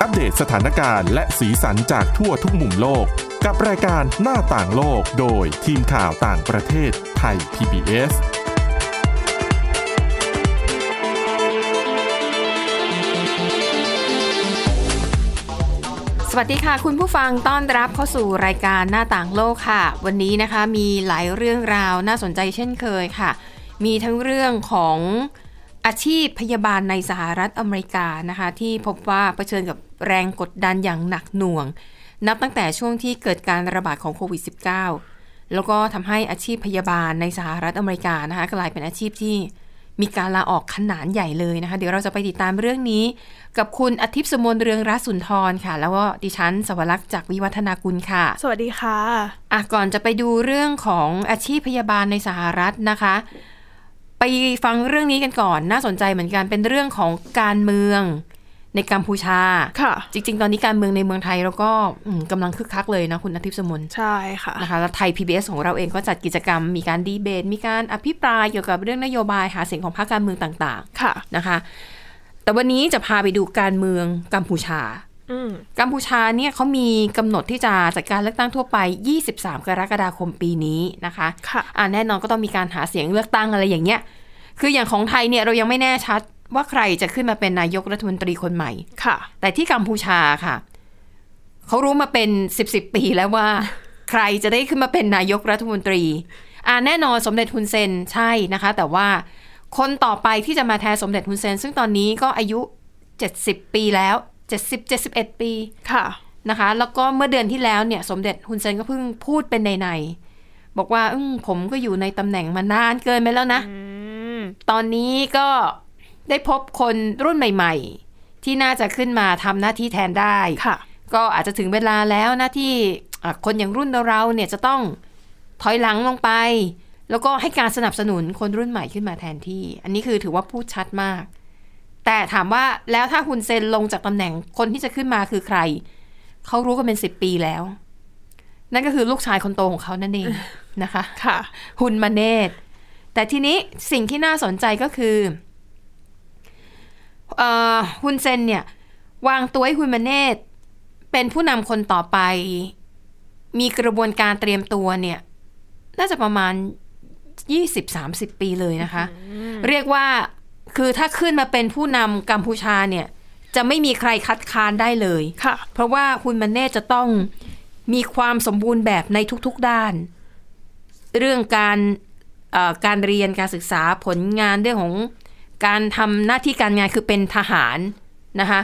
อัปเดตสถานการณ์และสีสันจากทั่วทุกมุมโลก กับรายการหน้าต่างโลกโดยทีมข่าวต่างประเทศไทย PBS สวัสดีค่ะ คุณผู้ฟังต้อนรับเข้าสู่รายการหน้าต่างโลกค่ะ วันนี้นะคะมีหลายเรื่องราวน่าสนใจเช่นเคยค่ะ มีทั้งเรื่องของอาชีพพยาบาลในสหรัฐอเมริกานะคะ ที่พบว่าเผชิญกับแรงกดดันอย่างหนักหน่วง นับตั้งแต่ช่วงที่เกิดการระบาดของโควิด -19 แล้วก็ทำให้อาชีพพยาบาลในสหรัฐอเมริกานะคะกลายเป็นอาชีพที่ มีการลาออกขนาดใหญ่เลยนะคะ เดี๋ยวเราจะไปติดตามเรื่องนี้ กับคุณอาทิตย์สมนเรืองรัศนทรค่ะ แล้วก็ดิฉันสวรักษ์จากวิวัฒนากุลค่ะ สวัสดีค่ะ อ่ะก่อนจะไปดูเรื่องของอาชีพพยาบาลในสหรัฐนะคะ ไปฟังเรื่องนี้กันก่อนน่าสนใจเหมือนกันเป็นเรื่องของการเมืองในกัมพูชา ค่ะ จริง ๆ ตอนนี้การเมืองในเมืองไทยเราก็อืมกำลังคึกคักเลยนะคุณอาทิตย์สมน ใช่ค่ะ นะคะแล้วไทย PBS ของเราเองก็จัดกิจกรรม มีการดีเบต มีการอภิปรายเกี่ยวกับเรื่องนโยบายหาเสียงของพรรคการเมืองต่าง ค่ะ ๆนะคะ แต่วันนี้จะพาไปดูการเมืองกัมพูชา อืม กัมพูชาเนี่ยเขามีกำหนดที่จะจัดการเลือกตั้งทั่วไป 23 กรกฎาคมปีนี้นะคะ ค่ะ อ่าแน่นอนก็ต้องมีการหาเสียงเลือกตั้งอะไรอย่างเงี้ย คืออย่างของไทยเนี่ยเรายังไม่แน่ชัดว่าใครจะขึ้นมาเป็นนายกรัฐมนตรีคนใหม่ ค่ะ แต่ที่กัมพูชาค่ะเขารู้มาเป็นสิบสิบปีแล้วว่า ใครจะได้ขึ้นมาเป็นนายกรัฐมนตรี อ่าแน่นอนสมเด็จฮุนเซนใช่นะคะ แต่ว่าคนต่อไปที่จะมาแทนสมเด็จฮุนเซน ซึ่งตอนนี้ก็อายุ 70 ปีแล้ว 70 71 ปี ค่ะ นะคะ แล้วก็เมื่อเดือนที่แล้วเนี่ย สมเด็จฮุนเซนก็เพิ่งพูดเป็นในในๆบอกว่าอืมผมก็อยู่ในตำแหน่งมานานเกินไปแล้วนะ อืม ตอนนี้ก็ได้พบคนรุ่นใหม่ ๆ ที่น่าจะขึ้นมาทำหน้าที่แทนได้ ค่ะ ก็อาจจะถึงเวลาแล้วหน้าที่อ่ะคนอย่างรุ่นเราๆเนี่ยจะต้องถอยหลังลงไป แล้วก็ให้การสนับสนุนคนรุ่นใหม่ขึ้นมาแทนที่ อันนี้คือถือว่าพูดชัดมาก แต่ถามว่าแล้วถ้าฮุนเซนลงจากตำแหน่งคนที่จะขึ้นมาคือใคร เขารู้กันเป็นสิบปีแล้ว นั่นก็คือลูกชายคนโตของเขานั่นเองนะคะ ค่ะ ฮุนมาเนตแต่ทีนี้สิ่งที่น่าสนใจก็คือเอ่อฮุนเซนเนี่ย วางตัวให้ฮุนมาเนตเป็นผู้นำคนต่อไป มีกระบวนการเตรียมตัวเนี่ย น่าจะประมาณ 20-30 ปีเลยนะคะ เรียกว่าคือถ้าขึ้นมาเป็นผู้นำกัมพูชาเนี่ย จะไม่มีใครคัดค้านได้เลย ค่ะ เพราะว่าคุณมันเน่จะต้องมีความสมบูรณ์แบบในทุกๆด้าน เรื่องการเอ่อการเรียนการศึกษาผลงานเรื่องของการทำหน้าที่การงานคือเป็นทหารนะคะ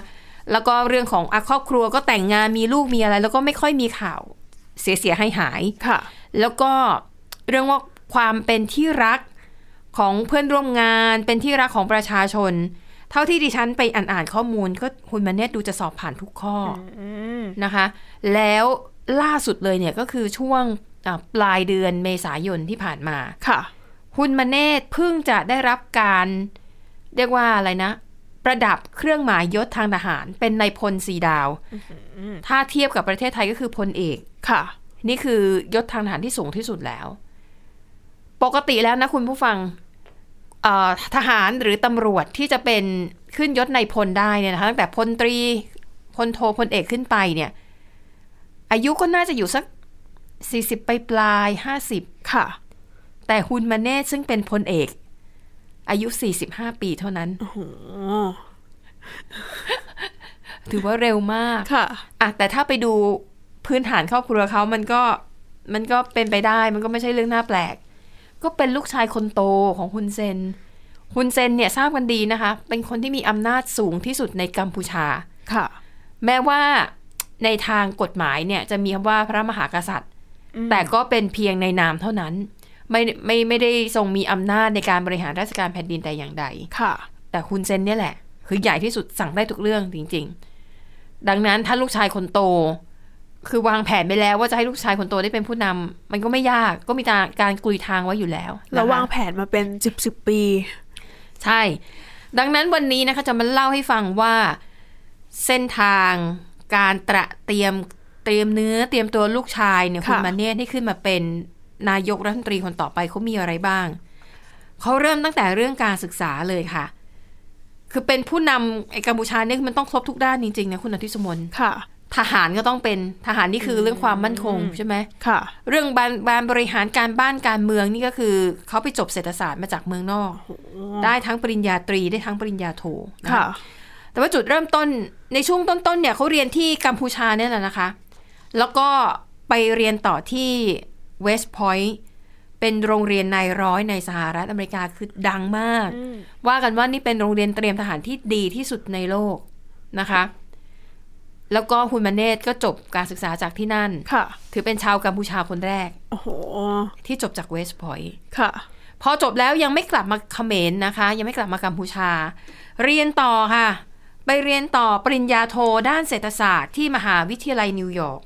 แล้วก็เรื่องของอะครอบครัวก็แต่งงานมีลูกมีอะไร แล้วก็ไม่ค่อยมีข่าวเสียเสียหายหายๆ ค่ะ แล้วก็เรื่องว่าความเป็นที่รักของเพื่อนร่วมงานเป็นที่รักของประชาชน เท่าที่ดิฉันไปอ่านอ่านๆข้อมูล ก็คุณมาเนตดูจะสอบผ่านทุกข้ออนะคะ แล้วล่าสุดเลยเนี่ยก็คือช่วงอ่ะปลายเดือนเมษายนที่ผ่านมา ค่ะ คุณมาเนตเพิ่งจะได้รับการเรียกว่าอะไรนะ ประดับเครื่องหมายยศทางทหาร เป็นนายพลสีดาว ถ้าเทียบกับประเทศไทยก็คือพลเอก ค่ะ นี่คือยศทางทหารที่สูงที่สุดแล้ว ปกติแล้วนะคุณผู้ฟังเอ่อทหารหรือตำรวจที่จะเป็นขึ้นยศในายพลได้เนี่ยนะคะตั้งแต่พลตรีพลโทพลเอกขึ้นไปเนี่ย อายุก็น่าจะอยู่สักสี่สิบไปปลายห้าสิบ ค่ะ แต่ฮุนมาเน่ซึ่งเป็นพลเอก อายุสี่สิบห้าปีเท่านั้น ถือว่าเร็วมาก ค่ะ อะแต่ถ้าไปดูพื้นฐานครอบครัวเขามันก็มันก็เป็นไปได้ มันก็ไม่ใช่เรื่องน่าแปลก ก็เป็นลูกชายคนโตของฮุนเซนฮุนเซนเนี่ยทราบกันดีนะคะ เป็นคนที่มีอำนาจสูงที่สุดในกัมพูชา ค่ะ แม้ว่าในทางกฎหมายเนี่ยจะมีคำว่าพระมหากษัตริย์ อืม แต่ก็เป็นเพียงในนามเท่านั้น ไม่ไม่ไม่ได้ทรงมีอำนาจในการบริหารราชการแผ่นดินแต่อย่างใด ค่ะ แต่คุณเซนเนี่ยแหละ คือใหญ่ที่สุดสั่งได้ทุกเรื่องจริง ๆ ดังนั้นถ้าลูกชายคนโต คือวางแผนไปแล้วว่าจะให้ลูกชายคนโตได้เป็นผู้นำมันก็ไม่ยากก็มีทางการกลุยทางไว้อยู่แล้วนะคะ เราวางแผนมาเป็นสิบสิบปี ใช่ ดังนั้นวันนี้นะคะจะมาเล่าให้ฟังว่าเส้นทางการตระเตรียมเตรียมเนื้อเตรียมตัวลูกชายเนี่ย ค่ะ คุณมาเนตให้ขึ้นมาเป็นนายกรัฐมนตรีคนต่อไปเขามีอะไรบ้าง เขาเริ่มตั้งแต่เรื่องการศึกษาเลยค่ะ คือเป็นผู้นำไอ้กัมพูชาเนี่ยคือมันต้องครบทุกด้านจริงๆนะคุณอธิสมน ค่ะ ทหารก็ต้องเป็นทหารนี่คือเรื่องความมั่นคงใช่ไหม ค่ะ เรื่องบานบานบริหารการบ้านการเมืองนี่ก็คือเขาไปจบเศรษฐศาสตร์มาจากเมืองนอก ได้ทั้งปริญญาตรีได้ทั้งปริญญาโทนะ ค่ะ แต่ว่าจุดเริ่มต้นในช่วงต้นๆเนี่ยเขาเรียนที่กัมพูชาเนี่ยแหละนะคะ แล้วก็ไปเรียนต่อที่เวสต์พอยต์เป็นโรงเรียนนายร้อยในสหรัฐอเมริกาคือดังมาก อืม ว่ากันว่านี่เป็นโรงเรียนเตรียมทหารที่ดีที่สุดในโลกนะคะ แล้วก็คุณมาเนตก็จบการศึกษาจากที่นั่น ค่ะ ถือเป็นชาวกัมพูชาคนแรก โอ้โห ที่จบจากเวสต์พอยต์ ค่ะ พอจบแล้วยังไม่กลับมาเขมรนะคะ ยังไม่กลับมากัมพูชา เรียนต่อค่ะ ไปเรียนต่อปริญญาโทด้านเศรษฐศาสตร์ที่มหาวิทยาลัยนิวยอร์ก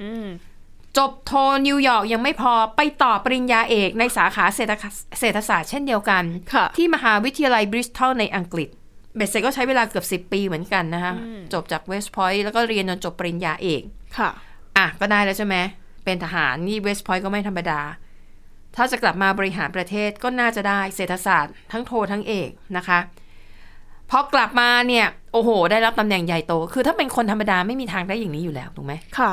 อืม จบโทนิวยอร์กยังไม่พอไปต่อปริญญาเอกในสาขาเศรษฐศาเศรษฐศาสตร์เช่นเดียวกัน ค่ะ ที่มหาวิทยาลัยบริสตอลในอังกฤษ เบสเซก็ใช้เวลาเกือบ 10 ปีเหมือนกันนะคะจบจากเวสต์พอยต์แล้วก็เรียนจนจบปริญญาเอก ค่ะ อ่ะ ก็ได้แล้วใช่ไหม เป็นทหารนี่เวสต์พอยต์ก็ไม่ธรรมดา ถ้าจะกลับมาบริหารประเทศก็น่าจะได้เศรษฐศาสตร์ทั้งโททั้งเอกนะคะ พอกลับมาเนี่ย โอ้โห ได้รับตำแหน่งใหญ่โต คือถ้าเป็นคนธรรมดาไม่มีทางได้อย่างนี้อยู่แล้วถูกไหม ค่ะ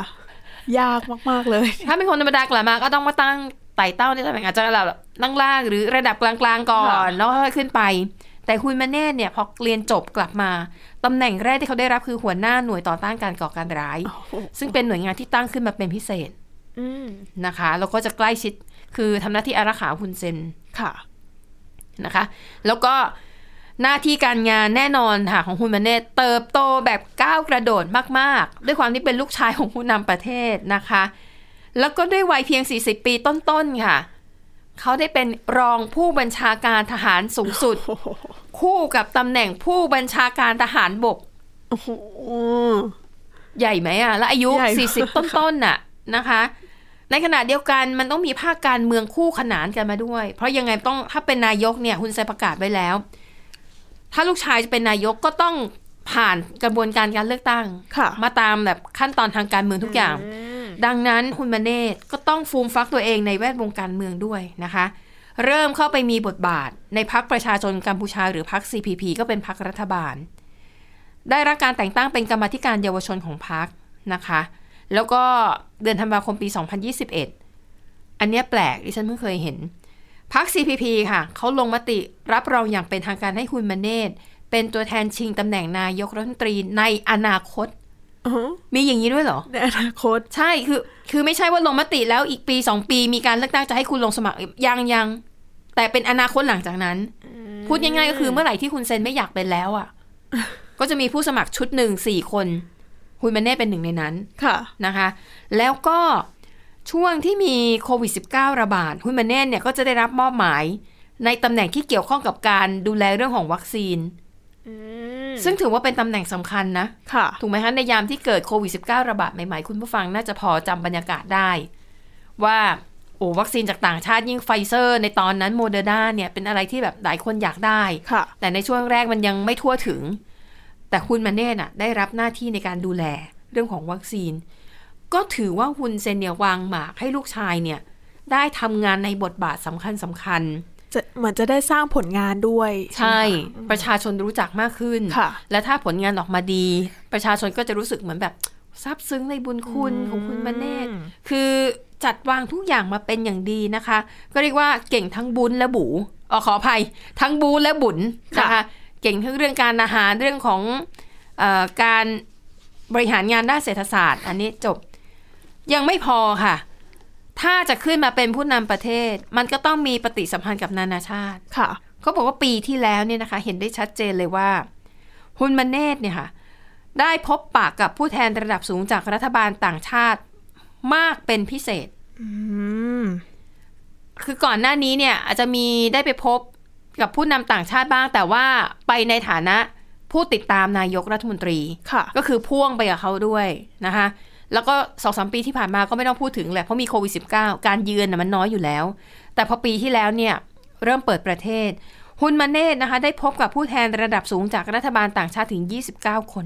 ยากมาก ๆ เลย ถ้าเป็นคนธรรมดากลับมาก็ต้องมาตั้งไต่เต้าในตำแหน่งอาจจะระดับล่างๆหรือระดับกลางๆก่อน ค่ะ แล้วค่อยขึ้นไป แต่คุณมาเน่เนี่ยพอเรียนจบกลับมาตำแหน่งแรกที่เขาได้รับคือหัวหน้าหน่วยต่อต้านการก่อการร้าย ซึ่งเป็นหน่วยงานที่ตั้งขึ้นมาเป็นพิเศษ อืม นะคะแล้วก็จะใกล้ชิดคือทำหน้าที่อารักขาฮุนเซน ค่ะ นะคะ แล้วก็หน้าที่การงานแน่นอนค่ะของฮุนมาเน่เติบโตแบบก้าวกระโดดมากๆ ด้วยความที่เป็นลูกชายของผู้นำประเทศนะคะ แล้วก็ด้วยวัยเพียง 40 ปีต้นๆค่ะ เขาได้เป็นรองผู้บัญชาการทหารสูงสุด โอ้โห คู่กับตำแหน่งผู้บัญชาการทหารบก โอ้โห ใหญ่ไหมอ่ะ แล้วอายุ ใหญ่ 40 ต้นๆน่ะนะคะ ในขณะเดียวกันมันต้องมีภาคการเมืองคู่ขนานกันมาด้วย เพราะยังไงต้องถ้าเป็นนายกเนี่ยคุณเซนประกาศไว้แล้ว ถ้าลูกชายจะเป็นนายกก็ต้องผ่านกระบวนการการเลือกตั้ง ค่ะ มาตามแบบขั้นตอนทางการเมืองทุกอย่าง ดังนั้นคุณมาเนตก็ต้องฟูมฟักตัวเองในแวดวงการเมืองด้วยนะคะ เริ่มเข้าไปมีบทบาทในพักประชาชนกัมพูชาหรือพัก CPP ก็เป็นพักรัฐบาล ได้รับการแต่งตั้งเป็นกรรมาธิการเยาวชนของพักนะคะ แล้วก็เดือนธันวาคมปี 2021 อันเนี้ยแปลกดิฉันเพิ่งเคยเห็นพัก CPP ค่ะเขาลงมติรับรองอย่างเป็นทางการให้คุณมาเนตเป็นตัวแทนชิงตำแหน่งนายกรัฐมนตรีในอนาคต อ๋อ มีอย่างนี้ด้วยเหรอ ในอนาคต ใช่คือคือไม่ใช่ว่าลงมติแล้วอีกปีสองปีมีการเลือกตั้งจะให้คุณลงสมัครยังยังแต่เป็นอนาคตหลังจากนั้น พูดง่ายๆก็คือเมื่อไหร่ที่คุณเซนไม่อยากเป็นแล้วอ่ะ ก็จะมีผู้สมัครชุดหนึ่งสี่คน คุณมันเน่เป็นหนึ่งในนั้น ค่ะ นะคะ แล้วก็ช่วงที่มีโควิด -19 ระบาดคุณมันเน่เนี่ยก็จะได้รับมอบหมาย ในตำแหน่งที่เกี่ยวข้องกับการดูแลเรื่องของวัคซีน อืม ซึ่งถือว่าเป็นตำแหน่งสำคัญนะ ค่ะ ถูกไหมคะในยามที่เกิดโควิด -19 ระบาดใหม่ๆ คุณผู้ฟังน่าจะพอจำบรรยากาศได้ ว่าโอ้วัคซีนจากต่างชาติยิ่งไฟเซอร์ ในตอนนั้นโมเดอร์นาเนี่ยเป็นอะไรที่แบบหลายคนอยากได้ ค่ะ แต่ในช่วงแรกมันยังไม่ทั่วถึง แต่คุณมันเน่น่ะได้รับหน้าที่ในการดูแลเรื่องของวัคซีน ก็ถือว่าคุณเซนเนี่ยวางหมากให้ลูกชายเนี่ยได้ทำงานในบทบาทสำคัญสำคัญๆ จะเหมือนจะได้สร้างผลงานด้วย ใช่ ไหม ประชาชนรู้จักมากขึ้น ค่ะ และถ้าผลงานออกมาดี ประชาชนก็จะรู้สึกเหมือนแบบซาบซึ้งในบุญคุณของคุณมาเนตคือจัดวางทุกอย่างมาเป็นอย่างดีนะคะ ก็เรียกว่าเก่งทั้งบุญและบูเออขออภัย ทั้งบูและบุญนะ ค่ะ คะเก่งทั้งเรื่องการอาหารเรื่องของเออการบริหารงานด้านเศรษฐศาสตร์ อันนี้จบยังไม่พอค่ะ ถ้าจะขึ้นมาเป็นผู้นำประเทศ มันก็ต้องมีปฏิสัมพันธ์กับนานาชาติ ค่ะ เขาบอกว่าปีที่แล้วเนี่ยนะคะ เห็นได้ชัดเจนเลยว่าฮุนมาเนตเนี่ยค่ะ ได้พบปะกับผู้แทนระดับสูงจากรัฐบาลต่างชาติมากเป็นพิเศษ อืม คือก่อนหน้านี้เนี่ยอาจจะมีได้ไปพบกับผู้นำต่างชาติบ้าง แต่ว่าไปในฐานะผู้ติดตามนายกรัฐมนตรี ค่ะ ก็คือพ่วงไปกับเขาด้วยนะคะ แล้วก็สองสามปีที่ผ่านมาก็ไม่ต้องพูดถึงแหละ เพราะมีโควิด -19 การเยือนน่ะมันน้อยอยู่แล้ว แต่พอปีที่แล้วเนี่ยเริ่มเปิดประเทศ ฮุนมาเนตนะคะได้พบกับผู้แทนระดับสูงจากรัฐบาลต่างชาติถึง 29 คน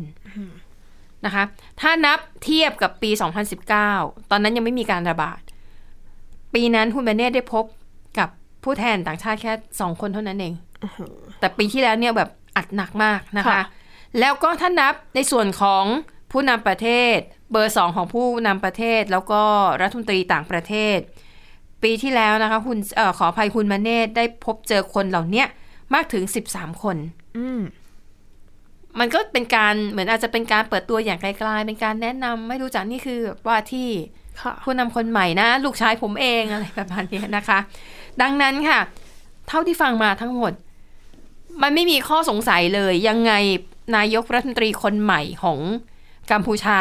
นะคะ ถ้านับเทียบกับปี 2019 ตอนนั้นยังไม่มีการระบาด ปีนั้นฮุนมาเนตได้พบกับผู้แทนต่างชาติแค่ 2 คนเท่านั้นเอง แต่ปีที่แล้วเนี่ยแบบ อัดหนักมากนะคะ ค่ะ แล้วก็ถ้านับในส่วนของผู้นำประเทศ เบอร์สองของผู้นำประเทศ แล้วก็รัฐมนตรีต่างประเทศ ปีที่แล้วนะคะคุณเออขออภัยคุณมาเนตได้พบเจอคนเหล่าเนี้ยมากถึง 13 คน อืม มันก็เป็นการเหมือนอาจจะเป็นการเปิดตัวอย่างไกลๆเป็นการแนะนำไม่รู้จักนี่คือแบบว่าที่ ค่ะ ผู้นำคนใหม่นะ ลูกชายผมเองอะไรประมาณเนี้ยนะคะ ดังนั้นค่ะ เท่าที่ฟังมาทั้งหมด มันไม่มีข้อสงสัยเลย ยังไงนายกรัฐมนตรีคนใหม่ของกัมพูชา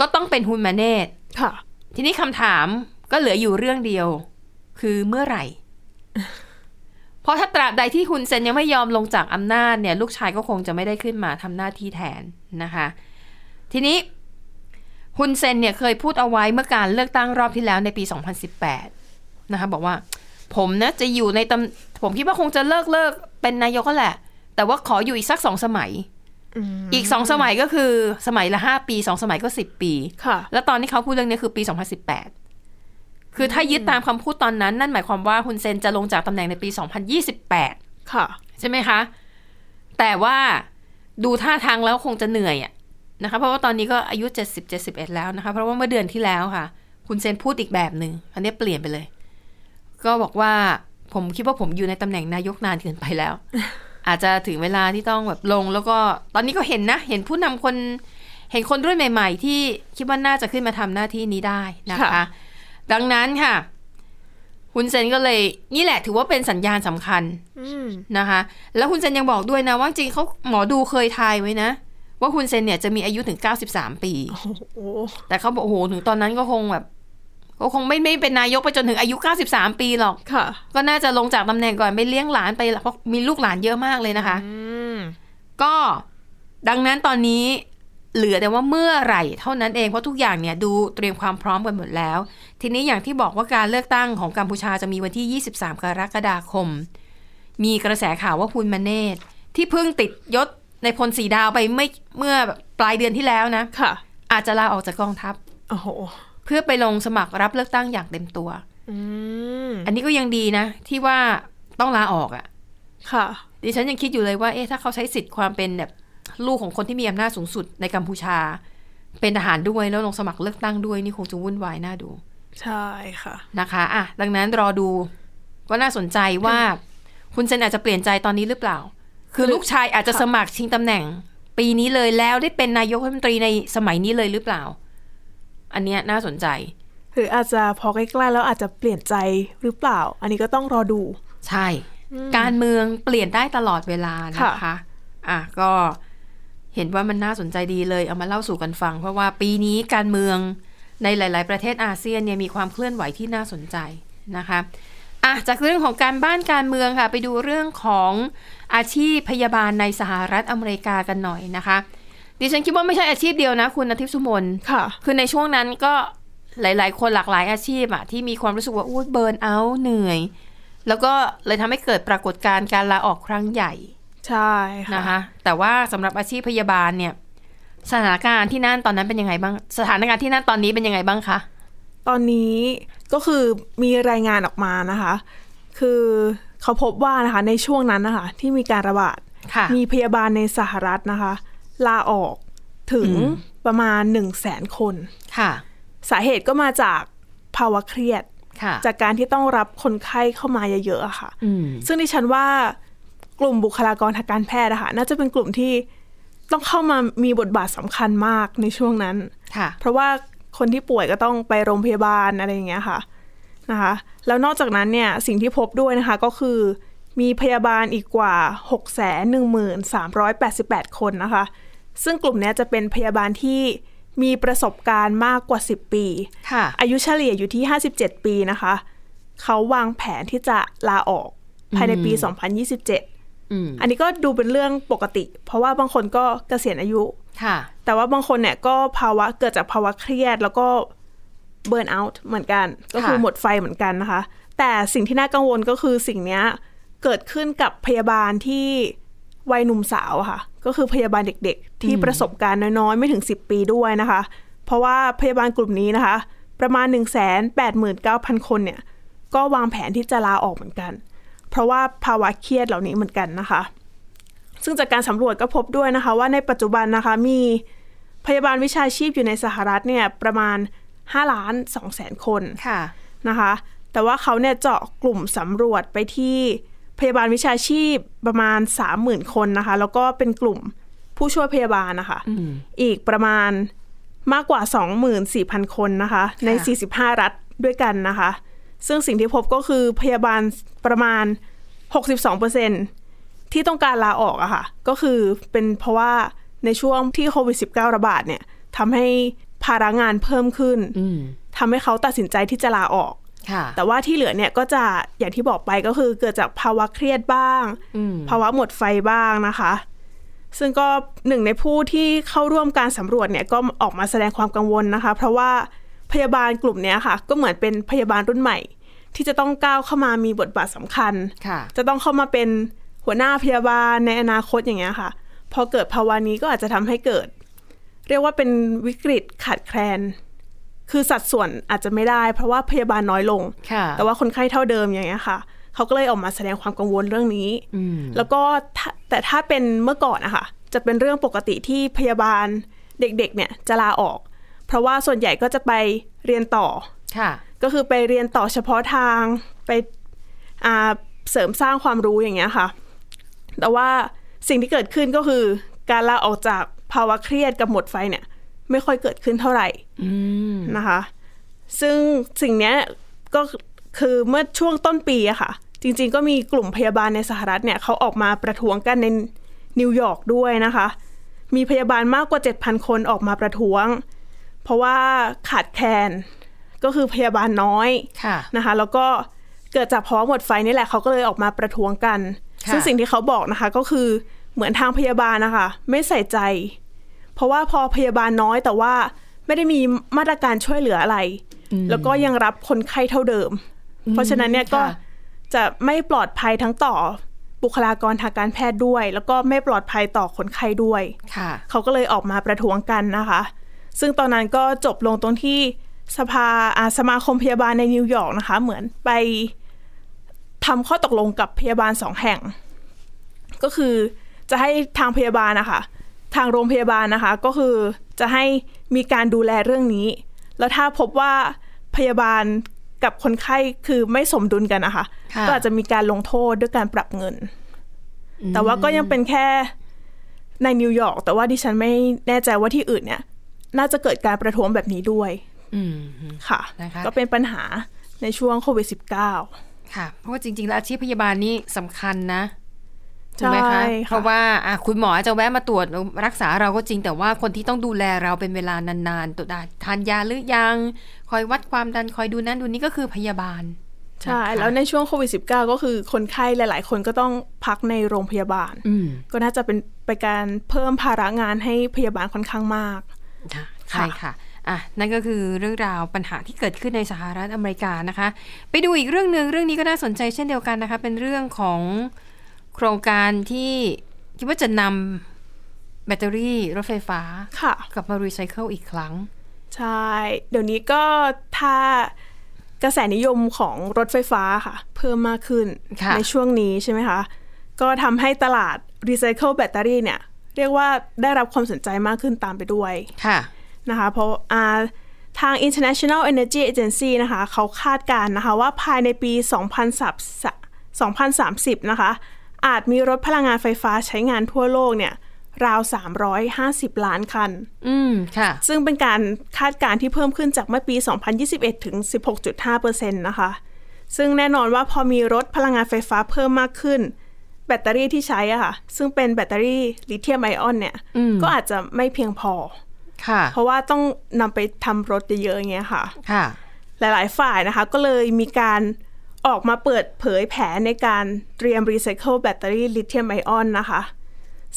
ก็ต้องเป็นฮุนมาเนต ค่ะ ทีนี้คำถามก็เหลืออยู่เรื่องเดียว คือเมื่อไหร่ เพราะถ้าตราบใดที่ฮุนเซนยังไม่ยอมลงจากอำนาจเนี่ย ลูกชายก็คงจะไม่ได้ขึ้นมาทำหน้าที่แทนนะคะ ทีนี้ ฮุนเซนเนี่ยเคยพูดเอาไว้เมื่อการเลือกตั้งรอบที่แล้วในปี 2018 นะคะบอกว่า ผมนะจะอยู่ในตำผมคิดว่าคงจะเลิกเลิกเป็นนายกก็แหละ แต่ว่าขออยู่อีกสักสองสมัย อืม อีกสองสมัยก็คือสมัยละห้าปีสองสมัยก็สิบปี ค่ะ แล้วตอนที่เขาพูดเรื่องนี้คือปี 2018 คือถ้ายึดตามคำพูดตอนนั้น นั่นหมายความว่าฮุนเซนจะลงจากตำแหน่งในปี 2028 ค่ะ ใช่ไหมคะ แต่ว่าดูท่าทางแล้วคงจะเหนื่อยอะนะคะ เพราะว่าตอนนี้ก็อายุ 70 71 แล้วนะคะ เพราะว่าเมื่อเดือนที่แล้วค่ะ คุณเซนพูดอีกแบบหนึ่งอันนี้เปลี่ยนไปเลย ก็บอกว่าผมคิดว่าผมอยู่ในตำแหน่งนายกนานเกินไปแล้ว อาจจะถึงเวลาที่ต้องแบบลงแล้วก็ตอนนี้ก็เห็นนะ เห็นผู้นำคน เห็นคนรุ่นใหม่ ๆ ที่คิดว่าน่าจะขึ้นมาทำหน้าที่นี้ได้นะคะ ค่ะ ดังนั้นค่ะคุณเซนก็เลยนี่แหละถือว่าเป็นสัญญาณสำคัญ อืม นะคะแล้วคุณเซนยังบอกด้วยนะว่าจริงๆเขาหมอดูเคยทายไว้นะ ว่าคุณเซนเนี่ยจะมีอายุถึง 93 ปี โอ้โห แต่เขาบอกโอ้โหถึงตอนนั้นก็คงแบบก็คงไม่ไม่เป็นนายกไปจนถึงอายุ 93 ปีหรอก ค่ะ ก็น่าจะลงจากตำแหน่งก่อนไปเลี้ยงหลานไปเพราะมีลูกหลานเยอะมากเลยนะคะ อืม ก็ดังนั้นตอนนี้เหลือแต่ว่าเมื่อไหร่เท่านั้นเองเพราะทุกอย่างเนี่ยดูเตรียมความพร้อมกันหมดแล้ว ทีนี้อย่างที่บอกว่าการเลือกตั้งของกัมพูชาจะมีวันที่ 23 กรกฎาคม มีกระแสข่าวว่าคุณมาเนตที่เพิ่งติดยศในพลสีดาวไปไม่เมื่อแบบปลายเดือนที่แล้วนะ ค่ะ อาจจะลาออกจากกองทัพ โอ้โห เพื่อไปลงสมัครรับเลือกตั้งอย่างเต็มตัว อืม อันนี้ก็ยังดีนะ ที่ว่าต้องลาออกอ่ะ ค่ะ ดิฉันยังคิดอยู่เลยว่า เอ๊ะ ถ้าเขาใช้สิทธิ์ความเป็นแบบลูกของคนที่มีอำนาจสูงสุดในกัมพูชา เป็นทหารด้วยแล้วลงสมัครเลือกตั้งด้วย นี่คงจะวุ่นวายน่าดู ใช่ค่ะ นะคะอ่ะดังนั้นรอดูว่าน่าสนใจว่า คุณเซนอาจจะเปลี่ยนใจตอนนี้หรือเปล่า คือลูกชายอาจจะสมัครชิงตำแหน่ง ปีนี้เลยแล้วได้เป็นนายกรัฐมนตรีในสมัยนี้เลยหรือเปล่า อันเนี้ยน่าสนใจ หรืออาจจะพอใกล้ๆแล้วอาจจะเปลี่ยนใจหรือเปล่า อันนี้ก็ต้องรอดู ใช่ การเมืองเปลี่ยนได้ตลอดเวลานะคะ ค่ะ อ่ะก็เห็นว่ามันน่าสนใจดีเลยเอามาเล่าสู่กันฟัง เพราะว่าปีนี้การเมืองในหลาย ๆ ประเทศอาเซียนเนี่ยมีความเคลื่อนไหวที่น่าสนใจนะคะอ่ะจากเรื่องของการบ้านการเมืองค่ะ ไปดูเรื่องของอาชีพพยาบาลในสหรัฐอเมริกากันหน่อยนะคะ ดิฉันคิดว่าไม่ใช่อาชีพเดียวนะ คุณอาทิตย์สุมน ค่ะ คือในช่วงนั้นก็หลาย ๆ คนหลากหลายอาชีพอะที่มีความรู้สึกว่าอู้เบิร์นเอาเหนื่อย แล้วก็เลยทำให้เกิดปรากฏการณ์การลาออกครั้งใหญ่ ใช่ค่ะ นะคะ แต่ว่าสำหรับอาชีพพยาบาลเนี่ย สถานการณ์ที่นั่นตอนนั้นเป็นยังไงบ้าง สถานการณ์ที่นั่นตอนนี้เป็นยังไงบ้างคะ ตอนนี้ก็คือมีรายงานออกมานะคะ คือเขาพบว่านะคะในช่วงนั้นนะคะที่มีการระบาด ค่ะ มีพยาบาลในสหรัฐนะคะ ลาออกถึง อืม ประมาณ 1 0 0 0 0แสนคน ค่ะ สาเหตุก็มาจากภาวะเครียด ค่ะ จากการที่ต้องรับคนไข้เข้ามาเยอะๆอะค่ะ อืม ซึ่งดิฉันว่ากลุ่มบุคลากรทางการแพทย์นะคะน่าจะเป็นกลุ่มที่ต้องเข้ามามีบทบาทสำคัญมากในช่วงนั้น ค่ะ เพราะว่าคนที่ป่วยก็ต้องไปโรงพยาบาลอะไรอย่างเงี้ยค่ะนะคะ แล้วนอกจากนั้นเนี่ยสิ่งที่พบด้วยนะคะก็คือมีพยาบาลอีกกว่า 6 1 3 8 8 คนนะคะ ซึ่งกลุ่มเนี้ยจะเป็นพยาบาลที่มีประสบการณ์มากกว่า 10 ปี ค่ะ อายุเฉลี่ยอยู่ที่ 57 ปีนะคะ เขาวางแผนที่จะลาออกภายในปี 2027 อืม อันนี้ก็ดูเป็นเรื่องปกติ เพราะว่าบางคนก็เกษียณอายุ ค่ะ แต่ว่าบางคนเนี่ยก็ภาวะเกิดจากภาวะเครียดแล้วก็เบิร์นเอาท์เหมือนกัน ก็คือ ค่ะ หมดไฟเหมือนกันนะคะ แต่สิ่งที่น่ากังวลก็คือสิ่งเนี้ยเกิดขึ้นกับพยาบาลที่วัยหนุ่มสาวอะค่ะ ก็คือพยาบาลเด็กๆ ที่ประสบการณ์น้อยๆ ไม่ถึง 10 ปีด้วยนะคะ เพราะว่าพยาบาลกลุ่มนี้นะคะ ประมาณ 1 8 9 0 0 0 คนเนี่ย ก็วางแผนที่จะลาออกเหมือนกัน เพราะว่าภาวะเครียดเหล่านี้เหมือนกันนะคะ ซึ่งจากการสำรวจก็พบด้วยนะคะ ว่าในปัจจุบันนะคะมีพยาบาลวิชาชีพอยู่ในสหรัฐเนี่ยประมาณ5ล้าน2แสนคน ค่ะ นะคะแต่ว่าเขาเนี่ยเจาะกลุ่มสำรวจไปที่พยาบาลวิชาชีพประมาณ 30,000 คนนะคะ แล้วก็เป็นกลุ่มผู้ช่วยพยาบาลนะคะออีกประมาณมากกว่า 24,000 คนนะคะ ใน 45 รัฐด้วยกันนะคะ ซึ่งสิ่งที่พบก็คือพยาบาลประมาณ 62%ที่ต้องการลาออกอะค่ะ ก็คือเป็นเพราะว่าในช่วงที่โควิด -19 ระบาดเนี่ยทำให้ภาระงานเพิ่มขึ้น อืม ทำให้เขาตัดสินใจที่จะลาออก ค่ะ แต่ว่าที่เหลือเนี่ยก็จะอย่างที่บอกไปก็คือเกิดจากภาวะเครียดบ้าง อืม ภาวะหมดไฟบ้างนะคะ ซึ่งก็หนึ่งในผู้ที่เข้าร่วมการสำรวจเนี่ยก็ออกมาแสดงความกังวลนะคะ เพราะว่าพยาบาลกลุ่มเนี้ยค่ะ ก็เหมือนเป็นพยาบาลรุ่นใหม่ ที่จะต้องก้าวเข้ามามีบทบาทสำคัญ ค่ะ จะต้องเข้ามาเป็นหัวหน้าพยาบาลในอนาคตอย่างเงี้ยค่ะ พอเกิดภาวะนี้ก็อาจจะทำให้เกิด เรียกว่าเป็นวิกฤตขาดแคลน คือสัดส่วนอาจจะไม่ได้ เพราะว่าพยาบาลน้อยลง ค่ะ แต่ว่าคนไข้เท่าเดิมอย่างเงี้ยค่ะ เขาก็เลยออกมาแสดงความกังวลเรื่องนี้ อืม แล้วก็ถ้าแต่ถ้าเป็นเมื่อก่อนอะค่ะจะเป็นเรื่องปกติที่พยาบาลเด็กๆเนี่ยจะลาออก เพราะว่าส่วนใหญ่ก็จะไปเรียนต่อ ค่ะ ก็คือไปเรียนต่อเฉพาะทางไปอ่าเสริมสร้างความรู้อย่างเงี้ยค่ะ แต่ว่าสิ่งที่เกิดขึ้นก็คือการลาออกจากภาวะเครียดกับหมดไฟเนี่ยไม่ค่อยเกิดขึ้นเท่าไหร่ อืม นะคะ ซึ่งสิ่งเนี้ยก็คือเมื่อช่วงต้นปีอะค่ะ จริงๆก็มีกลุ่มพยาบาลในสหรัฐเนี่ยเขาออกมาประท้วงกันในนิวยอร์กด้วยนะคะ มีพยาบาลมากกว่า 7,000 คนออกมาประท้วง เพราะว่าขาดแคลนก็คือพยาบาลน้อย ค่ะ นะคะแล้วก็เกิดจากภาวะหมดไฟนี่แหละเขาก็เลยออกมาประท้วงกัน ค่ะ ซึ่งสิ่งที่เขาบอกนะคะก็คือเหมือนทางพยาบาลนะคะไม่ใส่ใจ เพราะว่าพอพยาบาลน้อยแต่ว่าไม่ได้มีมาตรการช่วยเหลืออะไร แล้วก็ยังรับคนไข้เท่าเดิม เพราะฉะนั้นเนี่ยก็ ค่ะ จะไม่ปลอดภัยทั้งต่อบุคลากรทางการแพทย์ด้วย แล้วก็ไม่ปลอดภัยต่อคนไข้ด้วย ค่ะ เขาก็เลยออกมาประท้วงกันนะคะ ซึ่งตอนนั้นก็จบลงตรงที่สภาอาสมาคมพยาบาลในนิวยอร์กนะคะ เหมือนไปทำข้อตกลงกับพยาบาลสองแห่ง ก็คือจะให้ทางพยาบาลนะคะ ทางโรงพยาบาลนะคะ ก็คือจะให้มีการดูแลเรื่องนี้ แล้วถ้าพบว่าพยาบาลกับคนไข้คือไม่สมดุลกันนะคะ ค่ะ ก็อาจจะมีการลงโทษด้วยการปรับเงิน แต่ว่าก็ยังเป็นแค่ในนิวยอร์กแต่ว่าดิฉันไม่แน่ใจว่าที่อื่นเนี่ย น่าจะเกิดการประท้วงแบบนี้ด้วย อืม ค่ะ นะคะ ก็เป็นปัญหาในช่วงโควิด -19 ค่ะ เพราะว่าจริง ๆ แล้วอาชีพพยาบาลนี่สำคัญนะถูกไหม ใช่ คะ ค่ะ เพราะว่าอ่ะคุณหมออาจจะแวะมาตรวจรักษาเราก็จริง แต่ว่าคนที่ต้องดูแลเราเป็นเวลานานๆตรวจทานยาหรือยัง คอยวัดความดันคอยดูนั่นดูนี่ก็คือพยาบาล ใช่ นะคะ แล้วในช่วงโควิด -19 ก็คือคนไข้หลาย ๆ คนก็ต้องพักในโรงพยาบาล อืม ก็น่าจะเป็นไปการเพิ่มภาระงานให้พยาบาลค่อนข้างมาก ค่ะใช่ค่ะ อ่ะ นั่นก็คือเรื่องราวปัญหาที่เกิดขึ้นในสหรัฐอเมริกานะคะ ไปดูอีกเรื่องหนึ่งเรื่องนี้ก็น่าสนใจเช่นเดียวกันนะคะ เป็นเรื่องของโครงการที่คิดว่าจะนำแบตเตอรี่รถไฟฟ้า ค่ะ กลับมารีไซเคิลอีกครั้ง ใช่ เดี๋ยวนี้ก็ถ้ากระแสนิยมของรถไฟฟ้าค่ะ เพิ่มมากขึ้น ค่ะ ในช่วงนี้ใช่ไหมคะ ก็ทำให้ตลาดรีไซเคิลแบตเตอรี่เนี่ย เรียกว่าได้รับความสนใจมากขึ้นตามไปด้วย ค่ะ นะคะเพราะอ่าทาง International Energy Agency นะคะ เขาคาดการณ์นะคะว่าภายในปี 2030 นะคะ อาจมีรถพลังงานไฟฟ้าใช้งานทั่วโลกเนี่ยราว 350 ล้านคัน อืม ค่ะ ซึ่งเป็นการคาดการณ์ที่เพิ่มขึ้นจากเมื่อปี 2021 ถึง 16.5%นะคะ ซึ่งแน่นอนว่าพอมีรถพลังงานไฟฟ้าเพิ่มมากขึ้น แบตเตอรี่ที่ใช้อะค่ะ ซึ่งเป็นแบตเตอรี่ลิเธียมไอออนเนี่ย ก็อาจจะไม่เพียงพอ ค่ะ เพราะว่าต้องนำไปทำรถเยอะๆอย่างเงี้ยค่ะ ค่ะ หลายๆ ฝ่ายนะคะ ก็เลยมีการออกมาเปิดเผยแผนในการเตรียมรีไซเคิลแบตเตอรี่ลิเธียมไอออนนะคะ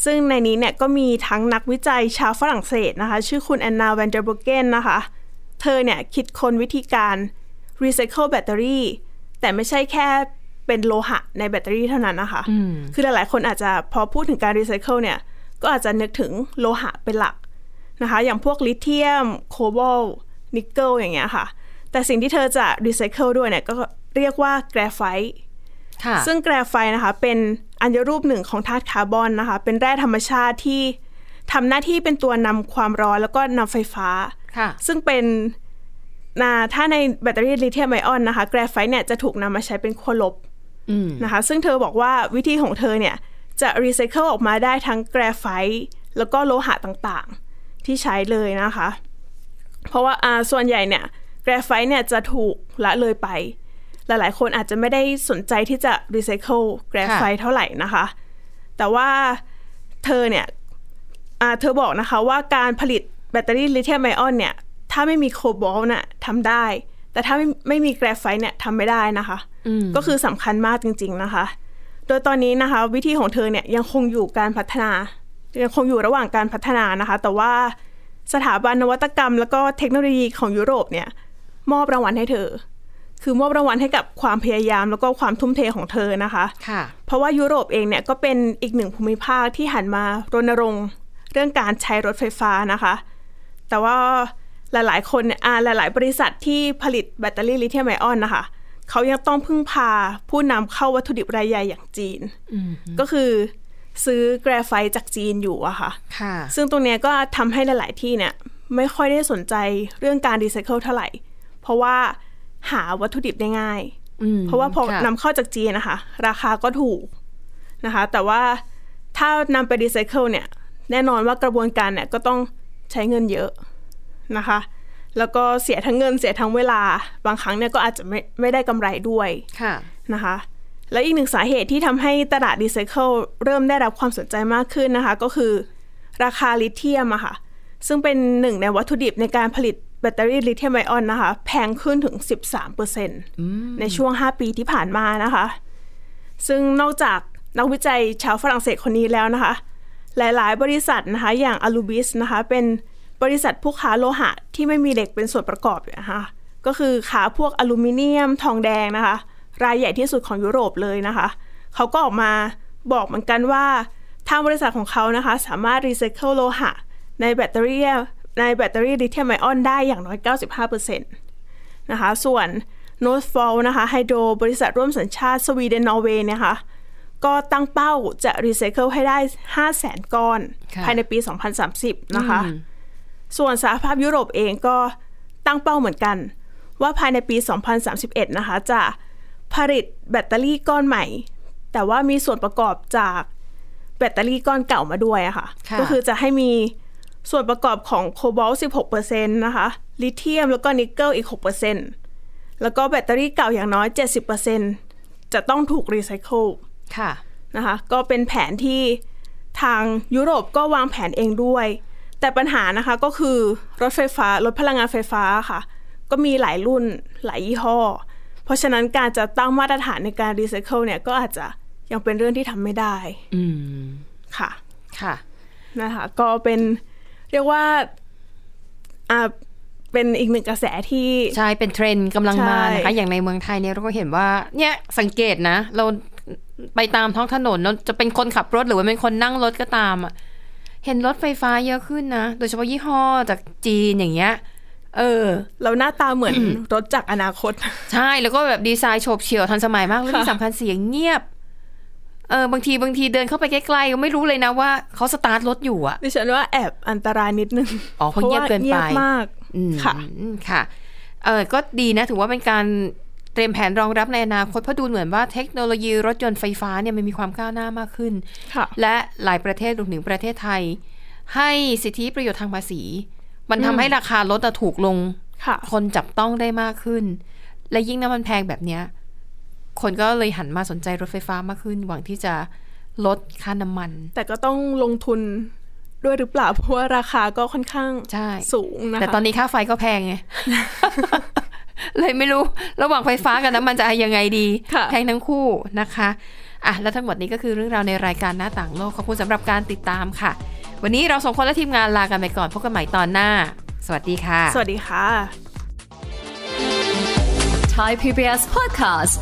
ซึ่งในนี้เนี่ยก็มีทั้งนักวิจัยชาวฝรั่งเศสนะคะ ชื่อคุณแอนนาแวนเดอร์บเกนนะคะ เธอเนี่ยคิดค้นวิธีการรีไซเคิลแบตเตอรี่แต่ไม่ใช่แค่เป็นโลหะในแบตเตอรี่เท่านั้นนะคะ คือหลายๆ คนอาจจะพอพูดถึงการรีไซเคิลเนี่ย ก็อาจจะนึกถึงโลหะเป็นหลัก นะคะอย่างพวกลิเธียม โคบอลนิกเกิลอย่างเงี้ยค่ะ แต่สิ่งที่เธอจะรีไซเคิลด้วยเนี่ยก็เรียกว่าแกรไฟต์ ค่ะ ซึ่งแกรไฟต์นะคะเป็นอัญรูปหนึ่งของธาตุคาร์บอนนะคะ เป็นแร่ธรรมชาติที่ทำหน้าที่เป็นตัวนำความร้อนแล้วก็นำไฟฟ้า ค่ะ ซึ่งเป็นนาถ้าในแบตเตอรี่ลิเธียมไอออนนะคะ แกรไฟต์เนี่ยจะถูกนำมาใช้เป็นขั้วลบ อืม นะคะ ซึ่งเธอบอกว่าวิธีของเธอเนี่ย จะรีไซเคิลออกมาได้ทั้งแกรไฟต์แล้วก็โลหะต่างๆ ที่ใช้เลยนะคะ เพราะว่าอ่าส่วนใหญ่เนี่ยแกรไฟต์เนี่ยจะถูกละเลยไป หลายๆ คนอาจจะไม่ได้สนใจที่จะรีไซเคิลแกรไฟต์เท่าไหร่นะคะ แต่ว่าเธอเนี่ยอ่าเธอบอกนะคะว่าการผลิตแบตเตอรี่ลิเธียมไอออนเนี่ย ถ้าไม่มีโคบอลต์น่ะทำได้ แต่ถ้าไม่ไม่มีแกรไฟต์เนี่ยทำไม่ได้นะคะ ก็คือสำคัญมากจริง ๆนะคะ โดยตอนนี้นะคะวิธีของเธอเนี่ยยังคงอยู่การพัฒนา ยังคงอยู่ระหว่างการพัฒนานะคะ แต่ว่าสถาบันนวัตกรรม แล้วก็เทคโนโลยีของยุโรปเนี่ยมอบรางวัลให้เธอ คือมอบรางวัลให้กับความพยายามแล้วก็ความทุ่มเทของเธอนะคะ ค่ะ เพราะว่ายุโรปเองเนี่ยก็เป็นอีกหนึ่งภูมิภาคที่หันมารณรงค์เรื่องการใช้รถไฟฟ้านะคะ แต่ว่าหลายๆ คนเนี่ยอ่าหลาย ๆ บริษัทที่ผลิตแบตเตอรี่ลิเธียมไอออนนะคะเขายังต้องพึ่งพาผู้นำเข้าวัตถุดิบรายใหญ่อย่างจีน อืม ก็คือซื้อแกรไฟต์จากจีนอยู่อะค่ะ ค่ะ ซึ่งตรงเนี้ยก็ทำให้หลาย ๆ ที่เนี่ยไม่ค่อยได้สนใจเรื่องการรีไซเคิลเท่าไหร่ เพราะว่าหาวัตถุดิบได้ง่าย อืม เพราะว่าพอ ค่ นำเข้าจากจีนนะคะ ราคาก็ถูกนะคะ แต่ว่าถ้านำไปรีไซเคิลเนี่ย แน่นอนว่ากระบวนการเนี่ยก็ต้องใช้เงินเยอะนะคะ แล้วก็เสียทั้งเงินเสียทั้งเวลา บางครั้งเนี่ยก็อาจจะไม่ไม่ได้กำไรด้วย ค่ะ นะคะ และอีกหนึ่งสาเหตุที่ทำให้ตลาดรีไซเคิลเริ่มได้รับความสนใจมากขึ้นนะคะ ก็คือราคาลิเธียมอะค่ะ ซึ่งเป็นหนึ่งในวัตถุดิบในการผลิตแบตเตอรี่ลิเธียมไอออนนะคะ แพงขึ้นถึง 13%ในช่วง 5 ปีที่ผ่านมานะคะ ซึ่งนอกจากนักวิจัยชาวฝรั่งเศสคนนี้แล้วนะคะ หลายๆ บริษัทนะคะ อย่างอลูบิสนะคะ เป็นบริษัทผู้ค้าโลหะที่ไม่มีเหล็กเป็นส่วนประกอบอยู่นะคะก็คือค้าพวกอลูมิเนียม ทองแดงนะคะ รายใหญ่ที่สุดของยุโรปเลยนะคะ เขาก็ออกมาบอกเหมือนกันว่า ทางบริษัทของเขานะคะ สามารถรีไซเคิลโลหะ ในแบตเตอรี่ในแบตเตอรี่ลิเธียมไอออนได้อย่างน้อย 95% นะคะส่วน n o r t h f a l l นะคะไฮโดรบริษัทร่วมสัญชาติสวีเดนนอร์เวย์นะคะก็ตั้งเป้าจะรีไซเคิลให้ได้ 5 0 0แสนก้อน ค่ะ ภายในปี 2030 นะคะ ส่วนสหภาพยุโรปเองก็ตั้งเป้าเหมือนกัน ว่าภายในปี 2031 นะคะ จะผลิตแบตเตอรี่ก้อนใหม่ แต่ว่ามีส่วนประกอบจากแบตเตอรี่ก้อนเก่ามาด้วยอะค่ะ ค่ะ ก็คือจะให้มีส่วนประกอบของโคบอลต์16%นะคะ ลิเธียมแล้วก็นิกเกิลอีก 6%แล้วก็แบตเตอรี่เก่าอย่างน้อย 70%จะต้องถูกรีไซเคิล ค่ะ นะคะก็เป็นแผนที่ทางยุโรปก็วางแผนเองด้วย แต่ปัญหานะคะก็คือรถไฟฟ้ารถพลังงานไฟฟ้าค่ะ ก็มีหลายรุ่นหลายยี่ห้อ เพราะฉะนั้นการจะตั้งมาตรฐานในการรีไซเคิลเนี่ยก็อาจจะยังเป็นเรื่องที่ทำไม่ได้ อืม ค่ะ ค่ะ นะคะก็เป็นเรียกว่าอ่าเป็นอีกหนึ่งกระแสที่ ใช่ เป็นเทรนด์กำลังมา ใช่ นะคะ อย่างในเมืองไทยเนี่ยเราก็เห็นว่าเนี่ยสังเกตนะ เราไปตามท้องถนนเราจะเป็นคนขับรถหรือว่าเป็นคนนั่งรถก็ตามอะเห็นรถไฟฟ้าเยอะขึ้นนะ โดยเฉพาะยี่ห้อจากจีนอย่างเงี้ย เออ เราหน้าตาเหมือน รถจากอนาคต ใช่ แล้วก็แบบดีไซน์โฉบเฉี่ยวทันสมัยมาก แล้วที่ ค่ะ สำคัญเสียงเงียบ เออบางทีบางทีเดินเข้าไปใกล้ๆก็ไม่รู้เลยนะว่าเขาสตาร์ทรถอยู่อะ ดิฉันว่าแอบอันตรายนิดนึง อ๋อเพราะเงียบเกินไป พราะว่างียบมาก อืม ค่ะ ค่ะ เออก็ดีนะ ถือว่าเป็นการเตรียมแผนรองรับในอนาคตเพราะดูเหมือนว่าเทคโนโลยีรถยนต์ไฟฟ้าเนี่ยมันมีความก้าวหน้ามากขึ้น ค่ะ และหลายประเทศรวมถึงประเทศไทย ให้สิทธิประโยชน์ทางภาษี มันทำให้ราคารถอะถูกลง ค่ะ คนจับต้องได้มากขึ้น และยิ่งน้ำมันแพงแบบเนี้ย คนก็เลยหันมาสนใจรถไฟฟ้ามากขึ้น หวังที่จะลดค่าน้ำมัน แต่ก็ต้องลงทุนด้วยหรือเปล่า เพราะว่าราคาก็ค่อนข้าง ใช่ สูงนะคะ แต่ตอนนี้ค่าไฟก็แพง ไง เลยไม่รู้ ระหว่างไฟฟ้ากับน้ำมันจะเอายังไงดี ค่ะ แพงทั้งคู่นะคะ อ่ะ แล้วทั้งหมดนี้ก็คือเรื่องราวในรายการหน้าต่างโลก ขอบคุณสำหรับการติดตามค่ะ วันนี้เราสองคนและทีมงานลากันไปก่อน พบกันใหม่ตอนหน้า สวัสดีค่ะ สวัสดีค่ะ Thai PBS podcast.